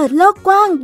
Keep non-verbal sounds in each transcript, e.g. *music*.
ด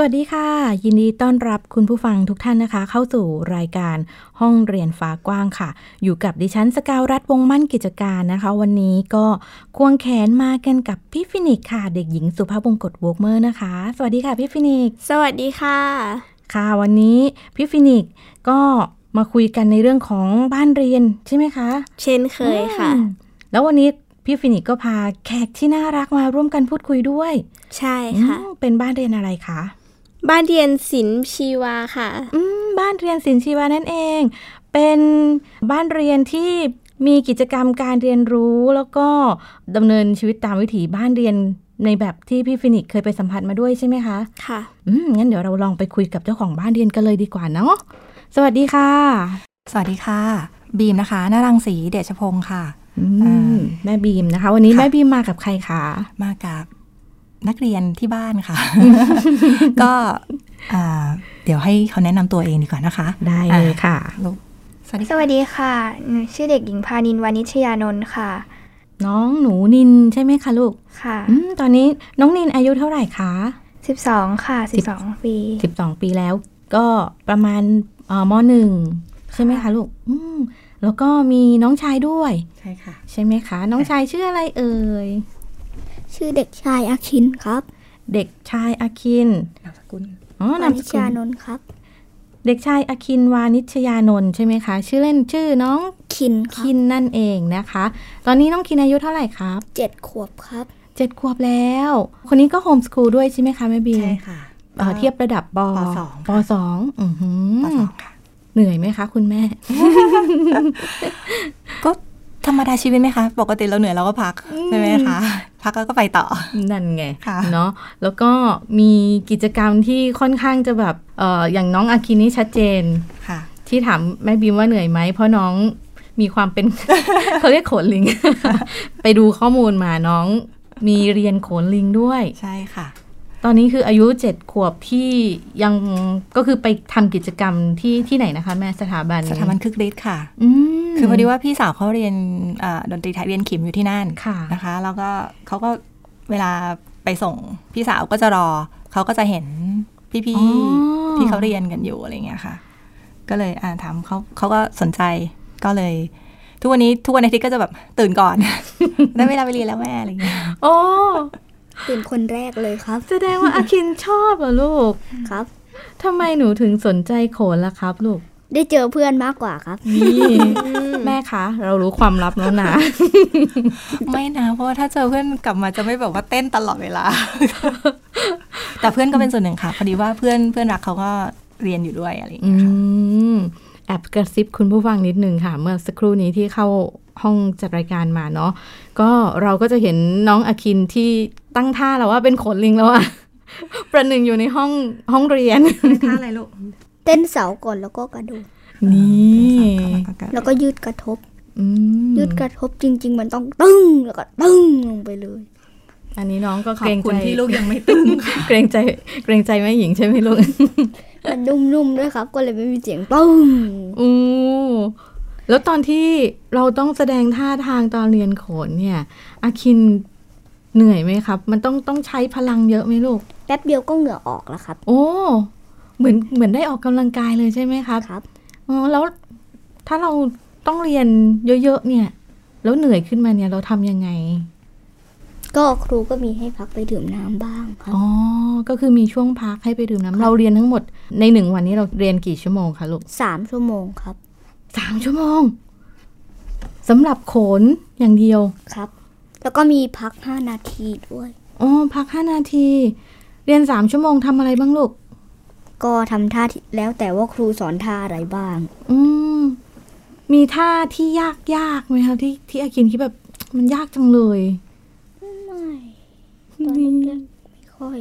สวัสดีค่ะ ยินดีต้อนรับคุณผู้ฟังทุกท่านนะคะ เข้าสู่รายการห้องเรียนฟ้ากว้างค่ะ อยู่กับดิฉันสกาวรัฐวงศ์มั่นกิจการนะคะ วันนี้ก็ควงแขนมากันกับพี่ฟินิกส์ค่ะ เด็กหญิงสุภาพวงกตวกเมอร์นะคะ สวัสดีค่ะพี่ฟินิกส์ สวัสดีค่ะ ค่ะ วันนี้พี่ฟินิกส์ก็มาคุยกันในเรื่องของบ้านเรียนใช่ไหมคะ เช่นเคยค่ะ อืมแล้ววันนี้พี่ฟินิกส์ก็พาแขกที่น่ารักมาร่วมกันพูดคุยด้วย ใช่ค่ะ อืมเป็นบ้านเรียนอะไรคะ บ้านเรียนศิลป์ชีวาค่ะ อืมบ้านเรียนศิลป์ชีวานั่นเอง เป็นบ้านเรียนที่มีกิจกรรมการเรียนรู้แล้วก็ดำเนินชีวิตตามวิถีบ้านเรียนในแบบที่พี่ฟินิกส์เคยไปสัมผัสมาด้วยใช่ไหมคะ ค่ะ อืมงั้นเดี๋ยวเราลองไปคุยกับเจ้าของบ้านเรียนกันเลยดีกว่าเนาะ สวัสดีค่ะ สวัสดีค่ะ บีมนะคะนารังสีเดชพงศ์ค่ะ อืมแม่บีมนะคะ วันนี้ ค่ะ แม่บีมมากับใครคะ มากับนักเรียนที่บ้านค่ะ *laughs* ก็อ่าเดี๋ยวให้เขาแนะนำตัวเองดีกว่านะคะ ได้เลย อ่ ค่ะ ะลูกสวัสดี สวัสดีค่ะ หนูชื่อเด็กหญิงพานินวานิชยานนท์ค่ะ น้องหนูนินใช่ไหมคะลูก ค่ะ อืมตอนนี้น้องนินอายุเท่าไหร่คะ 12 ค่ะ สิบ 12 ปี 12 ปีแล้วก็ประมาณเอ่อมหนึ่งใช่ไหมคะลูกอืมแล้วก็มีน้องชายด้วย ใช่ค่ะ ใช่ไหมคะ น้องชายชื่ออะไรเอ่ย ชื่อเด็กชายอาคินครับ เด็กชายอาคิน นามสกุล อ๋วานอาม นิ ส ช กุ ยา ล นนท์ครับ เด็กชายอาคินวานิชยานนท์ใช่ไหมคะ ชื่อเล่นชื่อน้อง คินครับ คินนั่นเองนะคะ ตอนนี้น้องคินอายุเท่าไหร่ครับ เจ็ดขวบครับ เจ็ดขวบแล้ว คนนี้ก็โฮมสคูลด้วยใช่ไหมคะแม่บีม ใช่ค่ะ เอ่อเทียบระดับป ปสอง ปสองอือหื ป อ สองค่ะ เหนื่อยไหมคะ คุณแม่ *laughs* ก็ธรรมดาชีวิตไหมคะ ปกติเราเหนื่อยเราก็พักใช่ไหมคะ พักแล้วก็ไปต่อ นั่นไง ค่ะ เนาะแล้วก็มีกิจกรรมที่ค่อนข้างจะแบบเอออย่างน้องอาคินนี่ชัดเจน ค่ะ ที่ถามแม่บีมว่าเหนื่อยไหมเพราะน้องมีความเป็น *laughs* เขาเรียกโขนลิง *laughs* ไปดูข้อมูลมาน้องมีเรียนโขนลิงด้วย ใช่ค่ะ ตอนนี้คืออายุเจ็ดขวบที่ยังก็คือไปทำกิจกรรมที่ที่ไหนนะคะ แม่สถาบัน สถาบันคึกฤทธิ์ค่ะ อืม คือพอดีว่าพี่สาวเขาเรียนเอ่อดนตรีไทยเรียนขิมอยู่ที่นั่น ค่ะ นะคะ แล้วก็เขาก็เวลาไปส่งพี่สาวก็จะรอเขาก็จะเห็นพี่ อ๋อ ๆที่เขาเรียนกันอยู่อะไรอย่างเงี้ยค่ะ ก็เลยอ่าถามเขาเขาก็สนใจก็เลย ทุกวันนี้ทุกวันอาทิตย์ก็จะแบบตื่นก่ *laughs* อน ได้เวลาไปเรียนแล้วแม่อะไรอย่างเงี้ย โอ้ ตื่นคนแรกเลยครับ แสดงว่าอาคินชอบเหรอลูก ครับ ทำไมหนูถึงสนใจโขนล่ะครับลูก ได้เจอเพื่อนมากกว่าครับ นี่แม่คะ เรารู้ความลับแล้วนะ ไม่นะเพราะว่าถ้าเจอเพื่อนกลับมาจะไม่แบบว่าเต้นตลอดเวลา *laughs* แต่เพื่อนก็เป็นส่วนหนึ่งค่ะพอดีว่าเพื่อนเพื่อนรักเขาก็เรียนอยู่ด้วยอะไรอย่าง อื เงี้ยค่ะ มแอบกระซิบคุณผู้ฟังนิดนึงค่ะ เมื่อสักครู่นี้ที่เข้าห้องจัดรายการมาเนาะก็เราก็จะเห็นน้องอาคินที่ตั้งท่าแล้วว่าเป็นขนลิงแล้วอะ *laughs* ประหนึ่งอยู่ในห้องห้องเรียน *laughs* ท่าอะไรลูก เต้นเสาก่อนแล้วก็กระโดด นี่ แล้วก็ยืดกระทบ อืม ยืดกระทบจริง ๆ มันต้องตึ้งแล้วก็ตึ้งลงไปเลย อันนี้น้องก็ ข เก อบ รง คุ ใจ ณที่ลูกยังไม่ตึง เกรงใจเกรงใจแม่หญิงใช่ไหมลูก มันนุ่มๆด้วยครับ ก็เลยไม่มีเสียงตึ้ง อู้แล้วตอนที่เราต้องแสดงท่าทางตอนเรียนโขนเนี่ยอาคินเหนื่อยไหมครับ มันต้องต้องใช้พลังเยอะไหมลูก แป๊บเดียวก็เหงื่อออกแล้วครับ โอ้ เหมือนเหมือนได้ออกกำลังกายเลยใช่ไหมครับ ครับ อ๋อแล้วถ้าเราต้องเรียนเยอะๆเนี่ย แล้วเหนื่อยขึ้นมาเนี่ยเราทำยังไง ก็ครูก็มีให้พักไปดื่มน้ำบ้างครับ อ๋อ ก็คือมีช่วงพักให้ไปดื่มน้ำเราเรียนทั้งหมดในหนึ่งวันนี้เราเรียนกี่ชั่วโมงคะลูก สามชั่วโมงครับ สามชั่วโมงสำหรับโขนอย่างเดียว ครับ แล้วก็มีพักห้านาทีด้วย อ๋อพักห้านาที เรียนสามชั่วโมงทำอะไรบ้างลูก ก็ทำท่าที่แล้วแต่ว่าครูสอนท่าอะไรบ้าง อืม มีท่าที่ยากยากไหมคะที่ที่อากินคิดแบบมันยากจังเลย ไม่ตอนนี้ไม่ค่อย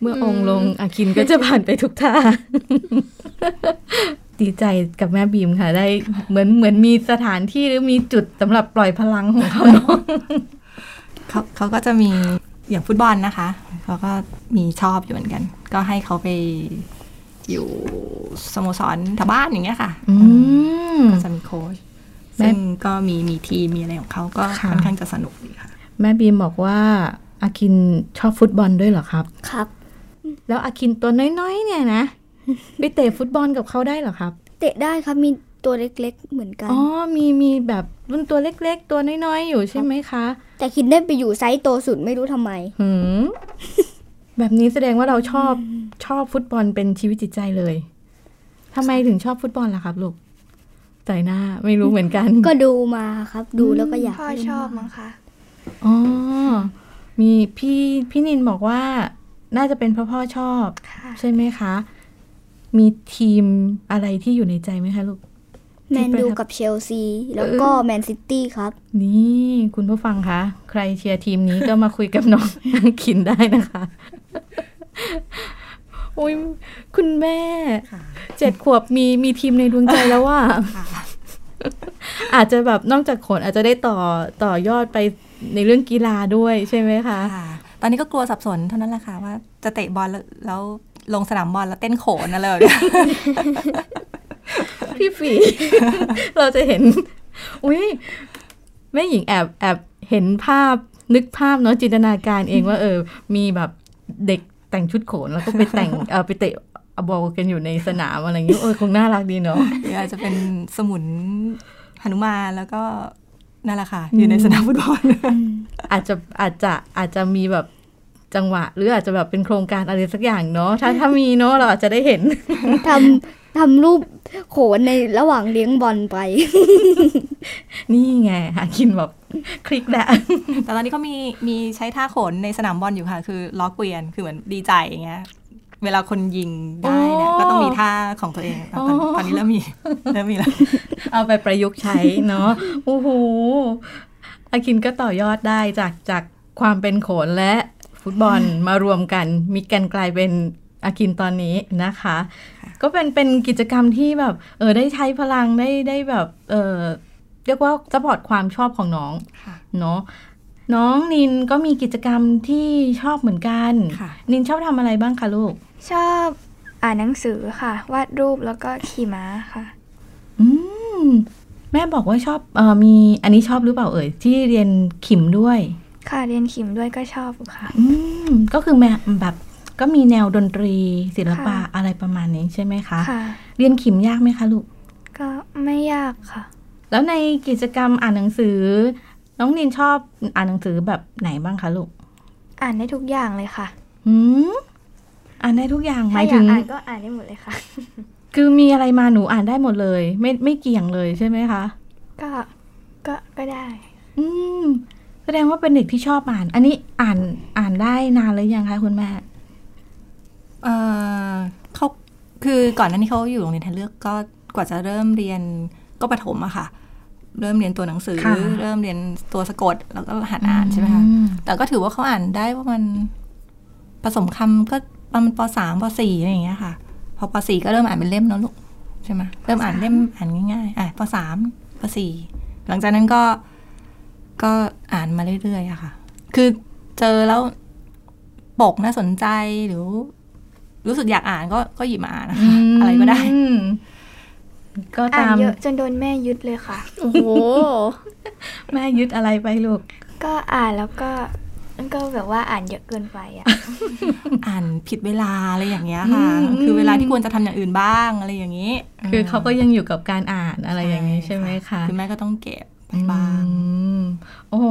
เมื่อองค์ลงอากินก็จะผ่านไปทุกท่า ดีใจกับแม่บีมค่ะ ได้เหมือนเหมือนมีสถานที่หรือมีจุดสำหรับปล่อยพลังของเขาเนาะ เขาเขาก็จะมีอย่างฟุตบอลนะคะ เขาก็มีชอบอยู่เหมือนกัน ก็ให้เขาไปอยู่สโมสรแถวบ้านอย่างเงี้ยค่ะ อืม ก็จะมีโค้ช แม่ ซึ่งก็มีมีทีมมีอะไรของเขาก็ ค่ะ ค่อนข้างจะสนุกดีค่ะ แม่บีมบอกว่าอาคินชอบฟุตบอลด้วยเหรอครับ ครับ แล้วอาคินตัวน้อยๆ เนี่ยนะ ไปเตะฟุตบอลกับเขาได้เหรอครับ เตะได้ครับมีตัวเล็กๆเหมือนกัน อ๋อ มีมีแบบรุ่นตัวเล็กๆ ตัวน้อยๆ อยู่ใช่ไหมคะ แต่คิดได้ไปอยู่ไซส์โตสุดไม่รู้ทำไม หืม แบบนี้แสดงว่าเราชอบชอบฟุตบอลเป็นชีวิตจิตใจเลยทำไมถึงชอบฟุตบอลล่ะครับลูกใส่หน้าไม่รู้เหมือนกัน ก็ดูมาครับดูแล้วก็อยาก พ่อ เล่น ชอบ าง มั้งคะ อ๋อ มีพี่พี่นินบอกว่า น่าจะเป็นเพราะพ่อชอบ ค่ะ ใช่ไหมคะ มีทีมอะไรที่อยู่ในใจไหมคะลูก แมนดูกับเชลซี แล้วก็แมนซิตี้ครับ นี่คุณผู้ฟังคะ ใครเชียร์ทีมนี้ก็มาคุยกับน้อง อังคินได้นะคะ *laughs* โอ้ยคุณแม่เจ็ดขวบมีมีทีมในดวงใจแล้วว่า อาจจะแบบนอกจากขนอาจจะได้ต่อต่อยอดไปในเรื่องกีฬาด้วยใช่ไหมคะ ค่ะตอนนี้ก็กลัวสับสนเท่านั้นแหละค่ะว่าจะเตะบอลแล้วแล้วลงสนามบอลแล้วเต้นโขนอะไรแบบเนี้ย *laughs* พี่ฝี *laughs* เราจะเห็น อุ้ยแม่หญิงแอบแอบเห็นภาพนึกภาพเนาะจินตนาการเองว่าเออ มีแบบเด็กแต่งชุดโขนแล้วก็ไปแต่ง เออไปเตะบอลกันอยู่ในสนามอะไรอย่างเงี้ยเออคงน่ารักดีเนาะ หรืออาจจะเป็นสมุนหนุมานแล้วก็นั่นแหละค่ะ อยู่ในสนามฟุตบอล อาจจะอาจจะอาจจะมีแบบจังหวะ หรืออาจจะแบบเป็นโครงการอะไรสักอย่างเนาะถ้าถ้ามีเนาะเราอาจจะได้เห็น ทำทำรูปโขนในระหว่างเลี้ยงบอลไป นี่ไงหากินแบบคลิกแหละ แต่ตอนนี้เขามีมีใช้ท่าโขนในสนามบอลอยู่ค่ะ คือล้อเกวียนคือเหมือนดีใจอย่างเงี้ยเวลาคนยิงได้เนี่ย อ๋อ ก็ต้องมีท่าของตัวเองตอน อ๋อ ตอนนี้เริ่ม *laughs* มี เริ่มมีแล้ว เอาไปประยุกต์ใช้เนาะ โอ้โห อากินก็ต่อยอดได้จากจากความเป็นโขนและฟุตบ *laughs* อลมารวมกันมิกกันกลายเป็นอากินตอนนี้นะคะ ก็เป็นเป็นกิจกรรมที่แบบ เออได้ใช้พลังได้ได้แบบเออเรียกว่าสปอร์ตความชอบของน้อง ค่ะ เนาะน้องนินก็มีกิจกรรมที่ชอบเหมือนกัน ค่ะ นินชอบทำอะไรบ้างคะลูก ชอบอ่านหนังสือค่ะ วาดรูปแล้วก็ขี่ม้าค่ะ อืมแม่บอกว่าชอบเออมีอันนี้ชอบหรือเปล่าเอ่ยที่เรียนขิมด้วย ค่ะเรียนขิมด้วยก็ชอบค่ะ อืมก็คือแม่แบบก็มีแนวดนตรีศิลปะ ค่ะ อะไรประมาณนี้ใช่ไหมคะ ค่ะ เรียนขิมยากไหมคะลูก ก็ไม่ยากค่ะ แล้วในกิจกรรมอ่านหนังสือ น้องนินชอบอ่านหนังสือแบบไหนบ้างคะลูก อ่านได้ทุกอย่างเลยค่ะ หืมอ่านได้ทุกอย่างถ้ามหาย อยา ถึ ก ง อ่านก็อ่านได้หมดเลยค่ะ คือมีอะไรมาหนูอ่านได้หมดเลย ไม่ไม่เกี่ยงเลยใช่ไหมคะ ก็ก็ก็ได้ อืมแสดงว่าเป็นเด็กที่ชอบอ่าน อันนี้อ่านอ่านได้นานหรือยังคะคุณแม่ เออเขาคือก่อนหน้านี้เขาอยู่โรงเรียนทางเลือกก็กว่าจะเริ่มเรียนก็ประถมอะค่ะ เริ่มเรียนตัวหนังสือ ค่ะ เริ่มเรียนตัวสะกดแล้วก็หัดอ่านใช่ไหมคะ อืม แต่ก็ถือว่าเขาอ่านได้ว่ามันผสมคำก็ประมาณปสามปสี่อะไรอย่างเงี้ยค่ะ พอปสี่ก็เริ่มอ่านเป็นเล่มเนอะลูกใช่ไหมเริ่มอ่านเล่มอ่านง่ายๆอ่ะปสามปสี่หลังจากนั้นก็ก็อ่านมาเรื่อยๆอะค่ะ คือเจอแล้วปกน่าสนใจหรือ รู้สึกอยากอ่านก็ก็หยิบมาอ่านนะคะ ม อะไรก็ได้ *laughs* ก็ อ่าน ตาม เยอะจนโดนแม่ยึดเลยค่ะ โอ้โห แม่ยึดอะไรไปลูก ก็อ่านแล้วก็ก็แบบว่าอ่านเยอะเกินไปอ่ะ อ่านผิดเวลาอะไรอย่างเงี้ยค่ะ คือเวลาที่ควรจะทำอย่างอื่นบ้างอะไรอย่างนี้ คือเขาก็ยังอยู่กับการอ่านอะไรอย่างนี้ใช่ไหมคะ คือแม่ก็ต้องเก็บไปบ้าง อืมโอ้โห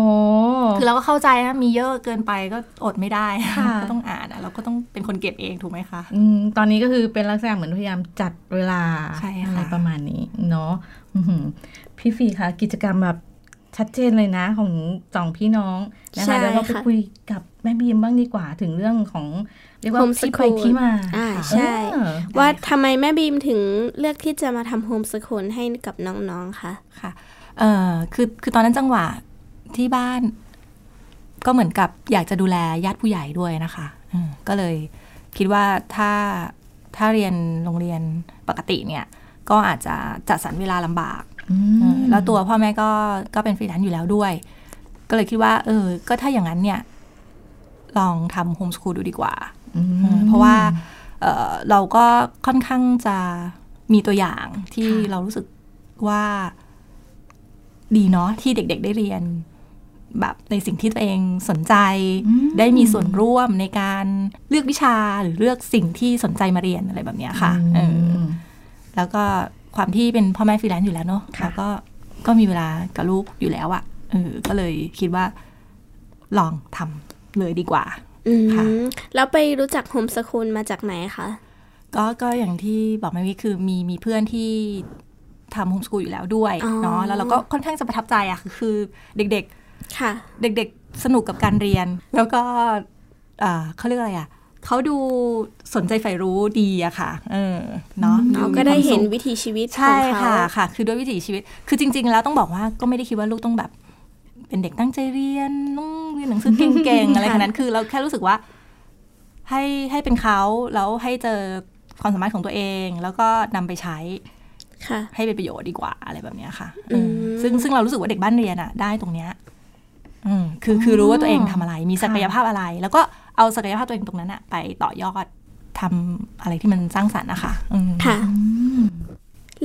คือเราก็เข้าใจนะมีเยอะเกินไปก็อดไม่ได้ ค่ะ ก็ต้องอ่านอะเราก็ต้องเป็นคนเก็บเองถูกไหมคะ มตอนนี้ก็คือเป็นลักษณะเหมือนพยายามจัดเวลา ใช่ค่ะ อะไรประมาณนี้เนาะอื้อหือพี่ฟีคะกิจกรรมแบบชัดเจนเลยนะของสองพี่น้องนะ ใช่ คะแล้วเราไป ค่ะ คุยกับแม่บีมบ้างดีกว่าถึงเรื่องของเรียกว่า Homeschool ที่ไปที่มา อ่า ค่ะ ใช่ เออ ว่าทำไมแม่บีมถึงเลือกที่จะมาทำโฮมสกูลให้กับน้องๆคะ ค่ะเอ่อคือคือตอนนั้นจังหวะที่บ้าน ก็เหมือนกับอยากจะดูแลญาติผู้ใหญ่ด้วยนะคะอืมก็เลยคิดว่าถ้าถ้าเรียนโรงเรียนปกติเนี่ย ก็อาจจะจัดสรรเวลาลำบาก เออแล้วตัวพ่อแม่ก็ก็เป็นฟรีแลนซ์อยู่แล้วด้วย ก็เลยคิดว่า เออ ก็ถ้าอย่างนั้นเนี่ย ลองทำโฮมสคูลดูดีกว่า อืม เพราะว่าเอ่อเราก็ค่อนข้างจะมีตัวอย่างที่ ค่ะ เรารู้สึกว่าดีเนาะที่เด็กๆได้เรียน แบบในสิ่งที่ตัวเองสนใจ ได้มีส่วนร่วมในการเลือกวิชาหรือเลือกสิ่งที่สนใจมาเรียนอะไรแบบเนี้ยค่ะเออ ม แล้วก็ความที่เป็นพ่อแม่ฟรีแลนซ์อยู่แล้วเนาะ ค่ะ แล้วก็ก็มีเวลากับลูกอยู่แล้วอะเออก็เลยคิดว่าลองทำเลยดีกว่า อืม ค่ะ แล้วไปรู้จักโฮมสคูลมาจากไหนคะ ก็ก็อย่างที่บอกไม่วิคือมีมีเพื่อนที่ทำโฮมสกูลอยู่แล้วด้วย อ๋อ เนาะแล้วเราก็ค่อนข้างจะประทับใจอะคือคือเด็ก ค่ะ ๆ เด็ก ๆ สนุกกับการเรียน แล้วก็เอ่อเขาเรียกอะไรอะเขาดูสนใจใฝ่รู้ดีอะค่ะ เออเนาะ เราก็ได้เห็น มีความสุข วิถีชีวิตขอ ใช่ งเขา ค่ะค่ะ คือด้วยวิถีชีวิต คือจริง ๆ แล้วต้องบอกว่าก็ไม่ได้คิดว่าลูกต้องแบบ เป็นเด็กตั้งใจเรียนต้องเรียนหนังสือเก่งๆ อะไรขนาด *laughs* นั้นคือเราแค่รู้สึกว่า ให้ให้เป็นเขาแล้วให้เจอความสามารถของตัวเอง แล้วก็นำไปใช้ ค่ะ ให้เป็นประโยชน์ดีกว่าอะไรแบบเนี้ยค่ะเออ ม ซึ่งซึ่งเรารู้สึกว่าเด็กบ้านเรียนอะได้ตรงเนี้ยอืมคือคือรู้ว่าตัวเองทำอะไร มีศักยภาพอะไร แล้วก็เอาศักยภาพตัวเองตรงนั้นอะไปต่อยอดทำอะไรที่มันสร้างสรรค์นะคะอืม ค่ะ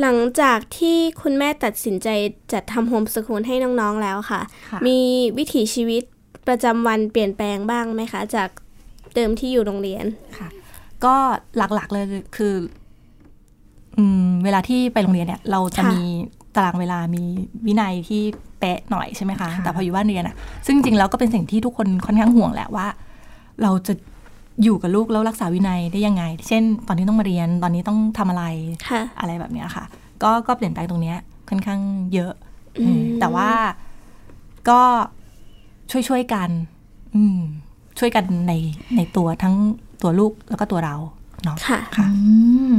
หลังจากที่คุณแม่ตัดสินใจจัดทำโฮมสคูลให้น้องๆแล้วค่ะ ค่ะ มีวิถีชีวิตประจำวันเปลี่ยนแปลงบ้างไหมคะ จากเดิมที่อยู่โรงเรียน ค่ะก็หลักๆเลยคืออืมเวลาที่ไปโรงเรียนเนี่ย เราจะ ค่ะ มีตารางเวลามีวินัยที่เป๊ะหน่อยใช่ไหมคะ ค่ะ แต่พออยู่บ้านเรียนอะซึ่งจริงๆแล้วก็เป็นสิ่งที่ทุกคนค่อนข้างห่วงแหละว่า เราจะอยู่กับลูกแล้วรักษาวินัยได้ยังไง เช่น ตอนนี้ต้องมาเรียนตอนนี้ต้องทำอะไร ค่ะ อะไรแบบเนี้ยค่ะ ก็ก็เปลี่ยนแปลงตรงเนี้ยค่อนข้างเยอะ อืม เออแต่ว่าก็ช่วยๆกัน อืม ช่วยกันในในตัวทั้งตัวลูกแล้วก็ตัวเราเนาะ ค่ะ ค่ะ อืม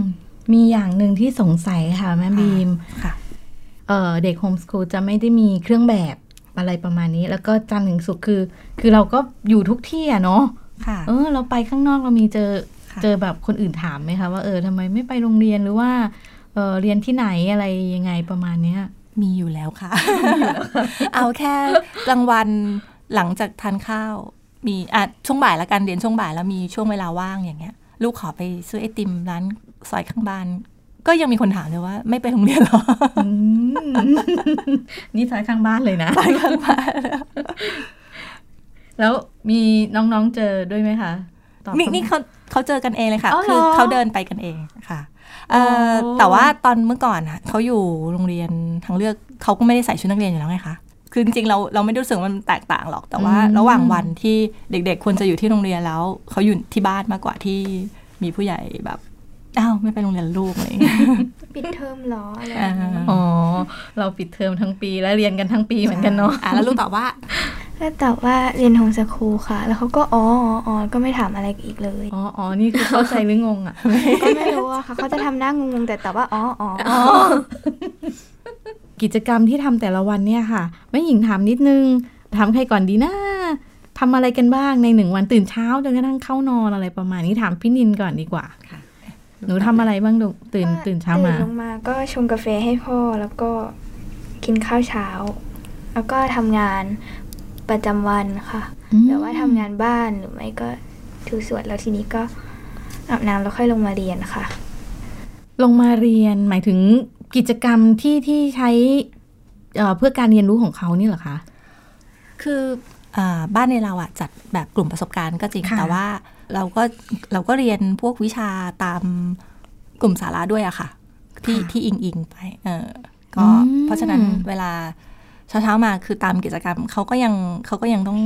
มีอย่างหนึ่งที่สงสัยค่ะแม่บีม ค่ะ เอ่อเด็กโฮมสคูลจะไม่ได้มีเครื่องแบบอะไรประมาณนี้ แล้วก็จันทร์ถึงศุกร์คือ คือเราก็อยู่ทุกที่อะเนาะ ค่ะ เออ เราไปข้างนอกเรามีเจอ ค่ะ เจอแบบคนอื่นถามไหมคะว่าเออทำไมไม่ไปโรงเรียนหรือว่าเออเรียนที่ไหนอะไรยังไงประมาณเนี้ย มีอยู่แล้วค่ะ เอาแค่กลางวันหลังจากทานข้าว มีอ่ะช่วงบ่ายละกันเรียนช่วงบ่ายแล้วมีช่วงเวลาว่างอย่างเงี้ย ลูกขอไปซื้อไอติมร้านซอยข้างบ้าน ก็ยังมีคนถามเลยว่า ไม่ไปโรงเรียนเหรอ อืม นี่ซอยข้างบ้านเลยนะ ซอยข้างบ้าน แล้วมีน้องๆเจอด้วยไหมคะตอบ นี่ คำ นี่เขาเขาเจอกันเองเลยค่ะ อ๋อเหรอ คืเขาเดินไปกันเองค่ะเอ่อ โอ้ แต่ว่าตอนเมื่อก่อนอะเขาอยู่โรงเรียนทางเลือกเขาก็ไม่ได้ใส่ชุดนักเรียนอยู่แล้วไงคะคือจริงๆเราเราไม่ได้รู้สึกว่ามันแตกต่างหรอกแต่ว่า ระหว่างวันที่เด็ก ๆ ควรจะอยู่ที่โรงเรียนแล้วเขาอยู่ที่บ้านมากกว่าที่มีผู้ใหญ่แบบอ้าวไม่ไปโรงเรียนลูกอะไรอย่างเงี้ย ปิดเทอมเหรออะไร อ่า อ๋อ เราปิดเทอมทั้งปีและเรียนกันทั้งปีเหมือนกันเนาะ อ่แล้วลูกตอบว่า แล้วแต่ว่าเรียนโฮมสคูลค่ะ แล้วเขาก็อ๋ออ๋ออ๋อก็ไม่ถามอะไรอีกเลย อ๋ออ๋อนี่คือเข้าใจหรืองงอ่ะ ก็ไม่รู้อะค่ะเขาจะทำหน้างงๆแต่แต่ว่าอ๋ออ๋ออ๋อ *laughs* กิจกรรมที่ทำแต่ละวันเนี่ยค่ะแม่หญิงถามนิดนึงถามใครก่อนดีนะทำอะไรกันบ้างในหนึ่งวันตื่นเช้าจนกระทั่งเข้านอนอะไรประมาณนี้ถามพี่นินก่อนดีกว่า ค่ะ หนูทำอะไรบ้างลูกตื่น ก็ ตื่นเช้ามา ตื่นลงมาก็ชงกาแฟให้พ่อแล้วก็กินข้าวเช้า แล้วก็ทำงานประจำวันค่ะ อืม หรือว่าทำงานบ้านหรือไม่ก็ถูสวดแล้วทีนี้ก็อาบน้ำแล้วค่อยลงมาเรียนค่ะ ลงมาเรียนหมายถึงกิจกรรมที่ที่ใช้เอ่อเพื่อการเรียนรู้ของเขานี่เหรอคะ คืออ่าบ้านในเราอะจัดแบบกลุ่มประสบการณ์ก็จริง ค่ะ แต่ว่าเราก็เราก็เรียนพวกวิชาตามกลุ่มสาระด้วยอะค่ะ ที่ที่อิงอิงๆไปเออก็เพราะฉะนั้นเวลาเช้าเช้าๆมาคือตามกิจกรรมเขาก็ยังเขาก็ยังต้อง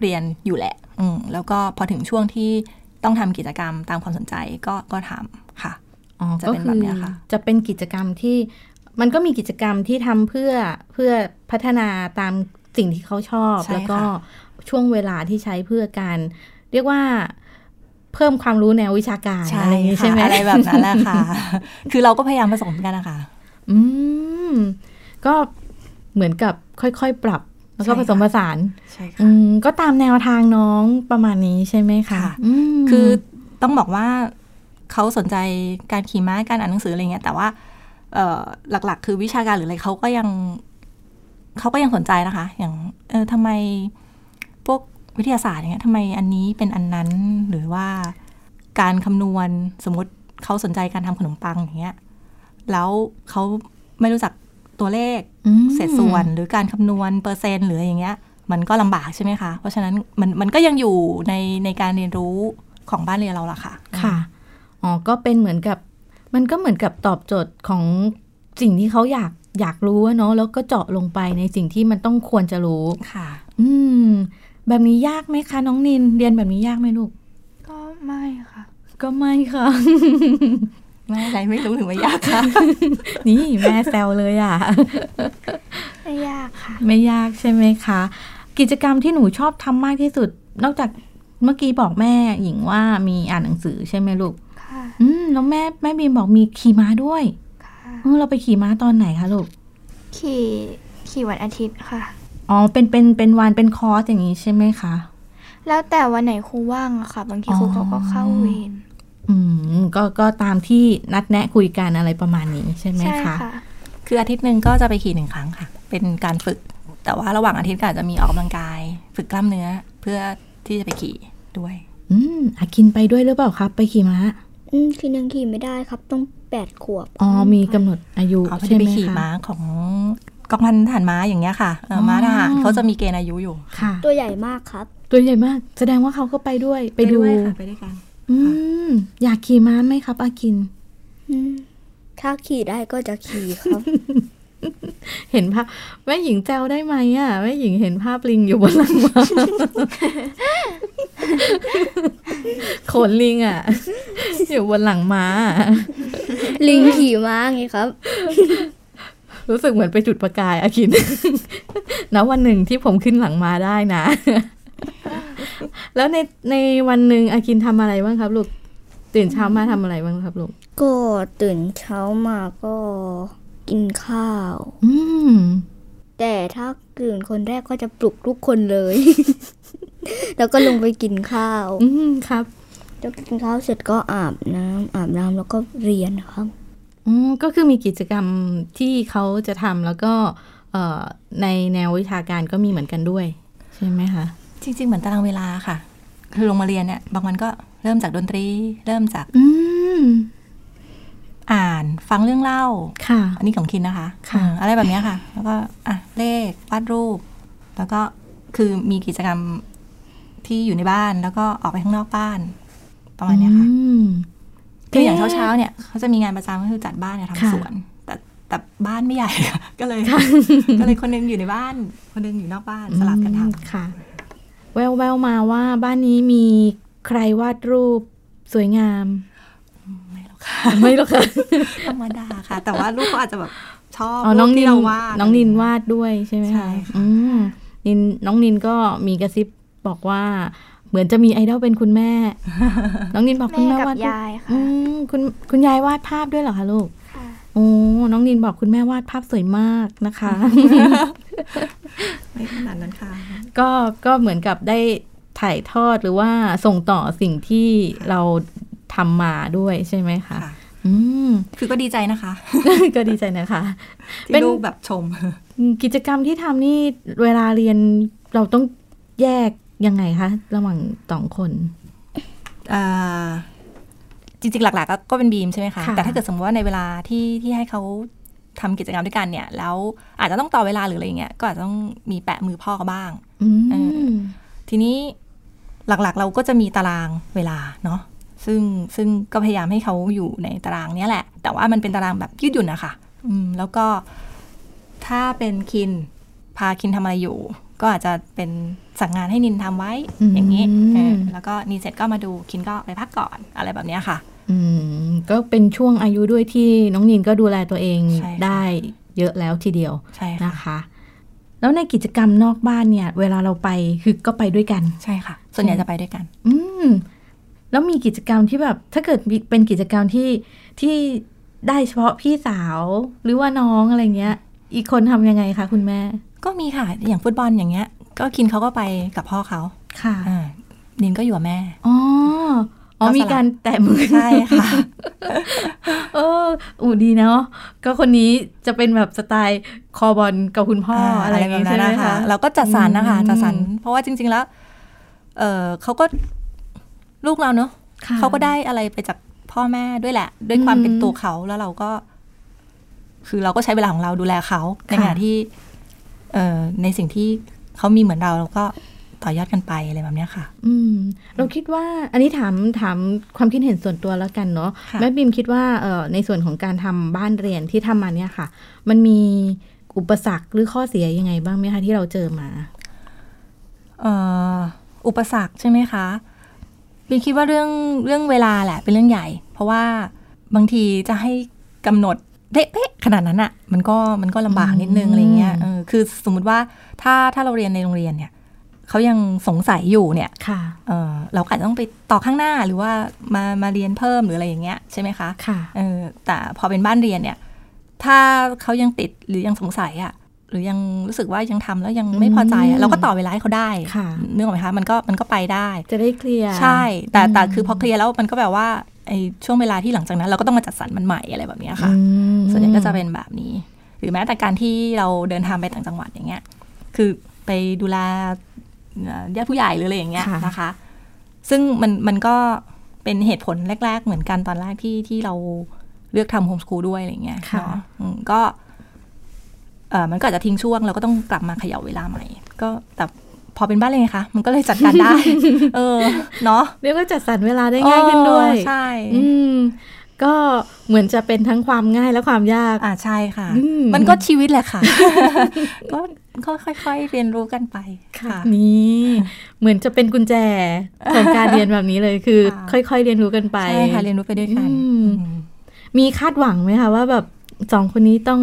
เรียนอยู่แหละ อืมแล้วก็พอถึงช่วงที่ต้องทำกิจกรรมตามความสนใจก็ก็ทำค่ะ อ๋อ จะ ก็ เป็น คื แบบ อ เนี้ยค่ะ จะเป็นกิจกรรมที่มันก็มีกิจกรรมที่ทำเพื่อเพื่อพัฒนาตามสิ่งที่เขาชอบ ใช่ค่ะ แล้วก็ช่วงเวลาที่ใช้เพื่อการ เรียกว่าเพิ่มความรู้แนววิชาการอะไรอย่างนี้ ค่ะ ใช่ไหม อะไรแบบนั้นแหละค่ะ *laughs* คือเราก็พยายามผสมกันนะคะ อืมก็เหมือนกับค่อยๆปรับ แล้วก็ ใช่ ผ ค่ะ สมผสาน ใช่ค่ะ อืมก็ตามแนวทางน้องประมาณนี้ใช่ไหมคะ ค่ะ อืม คือต้องบอกว่าเขาสนใจการขี่ม้าการอ่านหนังสืออะไรเงี้ยแต่ว่าเอ่อหลักๆ คือวิชาการหรืออะไรเขาก็ยัง เขาก็ยังสนใจนะคะ อย่างเออทำไมพวกวิทยาศาสตร์อย่างเงี้ยทำไมอันนี้เป็นอันนั้นหรือว่าการคำนวณสมมติเขาสนใจการทำขนมปังอย่างเงี้ยแล้วเขาไม่รู้จักตัวเลข อืม เศษส่วนหรือการคำนวณเปอร์เซ็นต์หรืออย่างเงี้ย มันก็ลำบากใช่ไหมคะ เพราะฉะนั้นมันมันก็ยังอยู่ในในการเรียนรู้ของบ้านเรียนเราล่ะค่ะ ค่ะ อ๋อ ก็เป็นเหมือนกับ มันก็เหมือนกับตอบโจทย์ของสิ่งที่เขาอยากอยากรู้อะเนาะ แล้วก็เจาะลงไปในสิ่งที่มันต้องควรจะรู้ ค่ะ อืม แบบนี้ยากไหมคะน้องนิน เรียนแบบนี้ยากไหมลูก ก็ไม่ค่ะ ก็ไม่ค่ะ ไม่อะไรไม่รู้ถึงไม่ายากค่ะ *laughs* *laughs* นี่แม่แซวเลยอ่ะ ไม่ยากค่ะ *laughs* ไม่ยากใช่ไหมคะ กิจกรรมที่หนูชอบทำมากที่สุด นอกจากเมื่อกี้บอกแม่หญิงว่ามีอ่านหนังสือใช่ไหมลูก ค่ะ อืม แล้วแม่แม่บีมบอกมีขี่ม้าด้วย ค่ะ เออเราไปขี่ม้าตอนไหนคะลูก ขี่ขี่วันอาทิตย์ค่ะ อ๋อ เป็นเป็นเป็นวันเป็นคอร์สอย่างนี้ใช่ไหมคะ แล้วแต่วันไหนครูว่างอะค่ะ บางทีครู อ๋อ เขาก็เข้าเวร อืม ก็ก็ตามที่นัดแนะคุยกันอะไรประมาณนี้ใช่ไหม ใช่ คะ ค่ะ คืออาทิตย์หนึ่งก็จะไปขี่หนึ่งครั้งค่ะ เป็นการฝึก แต่ว่าระหว่างอาทิตย์ก็อาจจะมีออกกำลังกาย ฝึกกล้ามเนื้อเพื่อที่จะไปขี่ด้วย อืมอากินไปด้วยหรือเปล่าครับ ไปขี่ม้า อืมทีหนึ่งขี่ไม่ได้ครับ ต้องแปดขวบ อ๋อ มีกำหนดอายุ เขาไม่ ใช่ ได้ ไห ไป ม ขี่ คะ ม้าของกองพันทหารม้าอย่างเงี้ยค่ะเอออ อ ม้าทหารเขาจะมีเกณฑ์อายุอยู่ ค่ะ ตัวใหญ่มากครับ ตัวใหญ่มาก แสดงว่าเขาก็ไปด้วย ไปดู วยค่ะไปด้วยกัน อืม อยากขี่ม้าไหมครับอากิน อืมถ้าขี่ได้ก็จะขี่ครับ เห็นภาพแม่หญิงแจวได้ไหมอ่ะแม่หญิงเห็นภาพลิงอยู่บนหลัง *laughs* ม้า ขนลิงอ่ะ *laughs* อยู่บนหลังม้า ลิงขี่ม้าไงครับ รู้สึกเหมือนไปจุด *laughs* ประกายอาคิน นะวันหนึ่งที่ผมขึ้นหลังมาได้นะ *laughs* แล้วในในวันหนึ่งอาคินทำอะไรบ้างครับ ลูก ตื่นเช้ามาทำอะไรบ้างครับลูก ก็ตื่นเช้ามาก็กินข้าว อืม แต่ถ้าตื่นคนแรกก็จะปลุกทุกคนเลย *laughs* แล้วก็ลงไปกินข้าว อืมครับ แล้วกินข้าวเสร็จก็อาบน้ำอาบน้ำแล้วก็เรียนครับ อืมก็คือมีกิจกรรมที่เขาจะทำแล้วก็เอ่อในแนววิชาการก็มีเหมือนกันด้วย ใช่ไหมคะ จริง ๆ เหมือนตารางเวลาค่ะ คือลงมาเรียนเนี่ย บางวันก็เริ่มจากดนตรี เริ่มจาก อืม อ่าน ฟังเรื่องเล่า ค่ะ อันนี้ของคินนะคะ ค่ะ เอออะไรแบบเนี้ยค่ะ แล้วก็อ่ะเลขวาดรูป แล้วก็คือมีกิจกรรมที่อยู่ในบ้านแล้วก็ออกไปข้างนอกบ้าน ประมาณเนี้ยค่ะ อืม คืออย่างเช้าๆเนี่ยเขาจะมีงานประจำก็คือจัดบ้านกับ ค่ะ ทำสวน แต่แต่บ้านไม่ใหญ่ค่ะ *laughs* ก็เลยก็เลยคนหนึงอยู่ในบ้าน คนหนึงอยู่นอกบ้านสลับกันทำ ค่ะ แววแววๆมาว่าบ้านนี้มีใครวาดรูปสวยงาม ไม่หรอก *laughs* ค่ะ ไม่หรอกค่ะ ธรรมดาค่ะ แต่ว่าลูกเขาอาจจะแบบชอบ อ๋อน้อง รูป นิ ที่ น เราวาด น้องนินวาดด้วยใช่ไหม ใช่ คะ ค่ะ อืมนินน้องนินก็มีกระซิบบอกว่า เหมือนจะมีไอดอลเป็นคุณแม่ *laughs* น้องนินบอกคุณ แม่ แม่ กับ วาดรูป ยาย อื ค่ะ มคุณคุณยายวาดภาพด้วยเหรอคะลูก ค่ะ โอ้น้องนินบอกคุณแม่วาดภาพสวยมากนะคะ *laughs* *laughs* ไม่ขนาดนั้นค่ะ ก็ก็เหมือนกับได้ถ่ายทอดหรือว่าส่งต่อสิ่งที่เราทำมาด้วยใช่ไหมคะ ค่ะ อืม *laughs* คือก็ดีใจนะคะ ก็ดีใจนะคะ เป็ ที่ น ลูกแบบชม กิจกรรมที่ทำนี่เวลาเรียนเราต้องแยกยังไงคะระหว่างสองคน เอ่อจริงๆ หลักๆก็ก็เป็นบีมใช่ไหมคะ ค่ะ แต่ถ้าเกิดสมมติว่าในเวลาที่ที่ให้เขาทำกิจกรรมด้วยกันเนี่ย แล้วอาจจะต้องต่อเวลาหรืออะไรอย่างเงี้ย ก็อาจจะต้องมีแปะมือพ่อเขาบ้าง อืม เอ ทีนี้หลักๆเราก็จะมีตารางเวลาเนาะซึ่งซึ่งก็พยายามให้เขาอยู่ในตารางเนี้ยแหละ แต่ว่ามันเป็นตารางแบบยืดหยุ่นนะคะอืมแล้วก็ถ้าเป็นคินพาคินทำอะไรอยู่ ก็อาจจะเป็นสั่งงานให้นินทำไว้ อืม อย่างนี้เออแล้วก็นินเสร็จก็มาดูคินก็ไปพักก่อนอะไรแบบเนี้ยค่ะ อืม ก็เป็นช่วงอายุด้วยที่น้องนินก็ดูแลตัวเอง ใช่ค่ะ ได้เยอะแล้วทีเดียว ใช่ค่ะ นะคะ แล้วในกิจกรรมนอกบ้านเนี่ย เวลาเราไปคือก็ไปด้วยกัน ใช่ค่ะ ส่วนใหญ่จะไปด้วยกัน อืม แล้วมีกิจกรรมที่แบบ ถ้าเกิดมีเป็นกิจกรรมที่ที่ได้เฉพาะพี่สาวหรือว่าน้องอะไรเงี้ย อีกคนทำยังไงคะคุณแม่ ก็มีค่ะอย่างฟุตบอลอย่างเงี้ย ก็คินเขาก็ไปกับพ่อเขา ค่ะ อ่านินก็อยู่กับแม่ อ๋ออ๋อ ก็สลับ มีการแตะมือ ใช่ค่ะ เออ อู้ดีเนาะก็คนนี้จะเป็นแบบสไตล์คอบอลกับคุณพ่อ อา อะ อะไร ไร อย่าง แบบ งี้ นั้ ใช่ น ไหม นะคะ คะ เราก็จัดสรรนะคะ อืม จัดสรรเพราะว่าจริง ๆแล้ว เออเขาก็ลูกเราเนอะ ค่ะ เขาก็ได้อะไรไปจากพ่อแม่ด้วยแหละ ด้วยความ อืม เป็นตัวเขาแล้วเราก็ คือเราก็ใช้เวลาของเราดูแลเขาใน ค่ะ ขณะที่ เออในสิ่งที่เขามีเหมือนเราเราก็ต่อยอดกันไปอะไรแบบเนี้ยค่ะ อืมเราคิดว่าอันนี้ถามถามความคิดเห็นส่วนตัวแล้วกันเนาะ ค่ะ แม่บิมคิดว่าเอ่อในส่วนของการทำบ้านเรียนที่ทำมาเนี่ยค่ะ มันมีอุปสรรคหรือข้อเสียยังไงบ้างไหมคะที่เราเจอมา เอ่ออุปสรรคใช่ไหมคะบินคิดว่าเรื่องเรื่องเวลาแหละเป็นเรื่องใหญ่ เพราะว่าบางทีจะให้กำหนดเป๊ะๆขนาดนั้นอะ่ะ มันก็มันก็ลำบากนิดนึง อืม อะไรเงี้ยเออคือสมมุติว่าถ้าถ้าเราเรียนในโรงเรียนเนี่ยเขายังสงสัยอยู่เนี่ย ค่ะ เออเราก็อาจจะต้องไปต่อข้างหน้าหรือว่ามามาเรียนเพิ่มหรืออะไรอย่างเงี้ยใช่ไหมคะ ค่ะ เออแต่พอเป็นบ้านเรียนเนี่ย ถ้าเขายังติดหรือยังสงสัยอะ่ะ หรือยังรู้สึกว่ายังทำแล้วยังไม่พอใจ อื อะ ม เราก็ต่อเวลาให้เขาได้ ค่ะ นึกออกไหมคะมันก็มันก็ไปได้ จะได้เคลียร์ ใช่ แต่แต่ อืม คือพอเคลียร์แล้วมันก็แบบว่าไอ้ช่วงเวลาที่หลังจากนั้น เราก็ต้องมาจัดสรรมันใหม่อะไรแบบเนี้ยค่ะ อืม ส่วนใหญ่ก็จะเป็นแบบนี้ หรือแม้แต่การที่เราเดินทางไปต่างจังหวัดอย่างเงี้ย คือไปดูแลเอ่อญาติผู้ใหญ่หรืออะไรอย่างเงี้ยนะคะ ซึ่งมันมันก็เป็นเหตุผลแรก ๆ เหมือนกันตอนแรกที่ที่เราเลือกทำโฮมส o ูลด้วยอะไรอย่างเงี้ย ค่ะ เนาะอืมก็เออมันก็อาจจะทิ้งช่วงเราก็ต้องกลับมาเขย่าเวลาใหม่ ก็แต่พอเป็นบ้านเลยไงคะมันก็เลยจัดการ *laughs* ได้ เออเนาะ เรียกว่าจัดสรรเวลาได้ง่ายขึ้นด้วย เออใช่ อืมก็เหมือนจะเป็นทั้งความง่ายและความยาก อ่าใช่ค่ะ อืม มันก็ชีวิตแหละค่ะ ก็ก็ค่อยๆเรียนรู้กันไปค่ะ นี่เหมือนจะเป็นกุญแจของการเรียนแบบนี้เลยคือ ค่ะ ค่อยๆ เรียนรู้กันไป ใช่ค่ะเรียนรู้ไปด้วยกัน อืม อืม มีคาดหวังไหมคะว่าแบบสองคนนี้ต้อง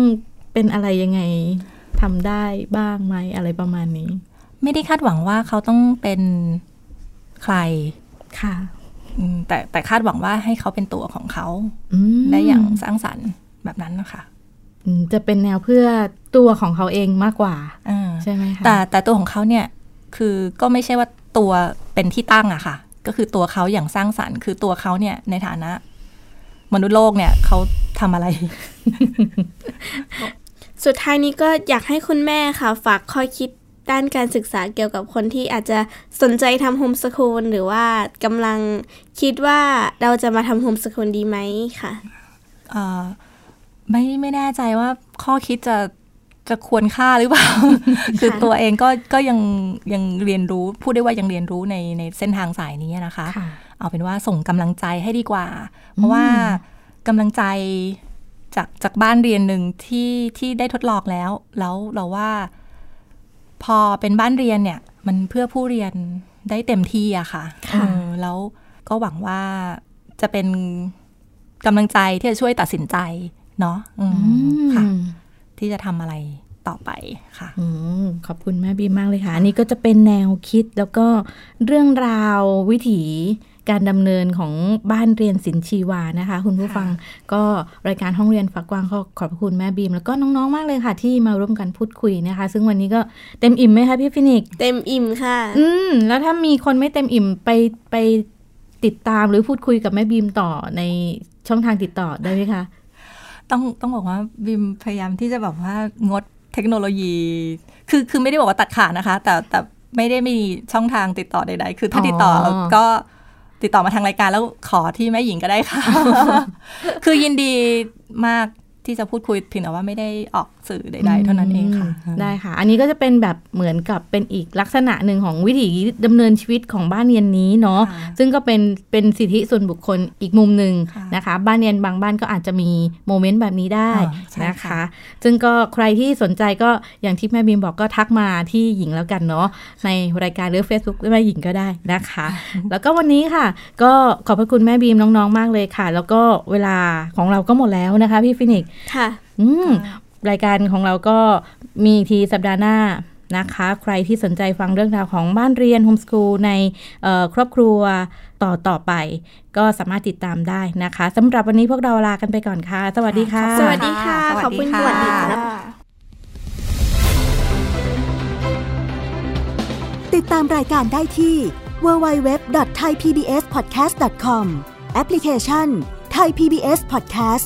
เป็นอะไรยังไงทำได้บ้างไหมอะไรประมาณนี้ ไม่ได้คาดหวังว่าเขาต้องเป็นใคร ค่ะ อืมแต่แต่คาดหวังว่าให้เขาเป็นตัวของเขา อืม ได้อย่างสร้างสรรค์แบบนั้นนะคะ อืมจะเป็นแนวเพื่อตัวของเขาเองมากกว่า อ่า ใช่ไหมคะ แต่แต่ตัวของเขาเนี่ยคือก็ไม่ใช่ว่าตัวเป็นที่ตั้งอะค่ะ ก็คือตัวเขาอย่างสร้างสรรค์ คือตัวเขาเนี่ยในฐานะ มนุษย์โลกเนี่ยเขาทำอะไร สุดท้ายนี้ก็อยากให้คุณแม่ค่ะ ฝากข้อคิดด้านการศึกษาเกี่ยวกับคนที่อาจจะสนใจทำโฮมสคูลหรือว่ากำลังคิดว่าเราจะมาทำโฮมสคูลดีไหมค่ะ เอ่อไม่ไม่แน่ใจว่าข้อคิดจะจะควรค่าหรือเปล่า *laughs* คือตัวเองก็ก็ยังยังเรียนรู้พูดได้ว่ายังเรียนรู้ในในเส้นทางสายนี้นะคะ ค่ะ เอาเป็นว่าส่งกำลังใจให้ดีกว่า เพราะว่ากำลังใจจากจากบ้านเรียนหนึ่งที่ที่ได้ทดลองแล้ว แล้วเราว่า พอเป็นบ้านเรียนเนี่ย มันเพื่อผู้เรียนได้เต็มที่อะค่ะ ค่ะ เออแล้วก็หวังว่าจะเป็นกำลังใจที่จะช่วยตัดสินใจเนาะอืม อืม ค่ะ ที่จะทำอะไรต่อไปค่ะ อืมขอบคุณแม่บีมมากเลยค่ะอันนี้ก็จะเป็นแนวคิดแล้วก็เรื่องราววิถีการดำเนินของบ้านเรียนสินชีวานะคะ คุณผู้ฟังก็รายการห้องเรียนฝากกว้างขอขอบพระคุณแม่บีม แล้วก็น้องๆมากเลยค่ะ ที่มาร่วมกันพูดคุยนะคะ ซึ่งวันนี้ก็เต็มอิ่มไหมคะพี่ฟินิกซ์ เต็มอิ่มค่ะ อืมแล้วถ้ามีคนไม่เต็มอิ่มไปไปติดตามหรือพูดคุยกับแม่บีมต่อในช่องทางติดต่อได้ไหมคะ ต้องต้องบอกว่าบิมพยายามที่จะแบบว่างดเทคโนโลยี คือคือไม่ได้บอกว่าตัดขาดนะคะ แต่แต่ไม่ได้มีช่องทางติดต่อใดๆ คืออ๋ถ้าอ ติดต่อก็ติดต่อมาทางรายการแล้วขอที่แม่หญิงก็ได้ค่ะ *laughs* คือยินดีมากที่จะพูดคุยเพียงแต่ว่าไม่ได้ออกสื่อใด ๆ เท่านั้นเองค่ะ มได้ค่ะ อันนี้ก็จะเป็นแบบเหมือนกับเป็นอีกลักษณะหนึ่งของวิถีดำเนินชีวิตของบ้านเรียนนี้เนาะ ค่ะ ซึ่งก็เป็นเป็นสิทธิส่วนบุคคลอีกมุมหนึ่ง ค่ะ นะคะ บ้านเรียนบางบ้านก็อาจจะมีโมเมนต์แบบนี้ได้ อ่าใช่ นะ ค่ะ คะ ซึ่งก็ใครที่สนใจก็อย่างที่แม่บีมบอกก็ทักมาที่หญิงแล้วกันเนาะในรายการหรือ Facebook แม่หญิงก็ได้นะคะ แล้วก็วันนี้ค่ะ ก็ขอบพระคุณแม่บีมน้องๆ มากเลยค่ะ แล้วก็เวลาของเราก็หมดแล้วนะคะพี่ฟินิกซ์ ค่ะ อืมรายการของเราก็มีอีกทีสัปดาห์หน้านะคะ ใครที่สนใจฟังเรื่องราวของบ้านเรียนโฮมส o ูลในเอ่อครอบครัวต่อต่อไป ก็สามารถติดตามได้นะคะสำหรับวันนี้พวกเราลากันไปก่อนค่ะ สวัสดีค่ะ สวัสดีค่ะขอบคุณ ส สวั วัส สดี ดีค่ะ ค่ะ ติดตามรายการได้ที่ www.thaipbspodcast.com แอปพลิเคชัน Thai PBS Podcast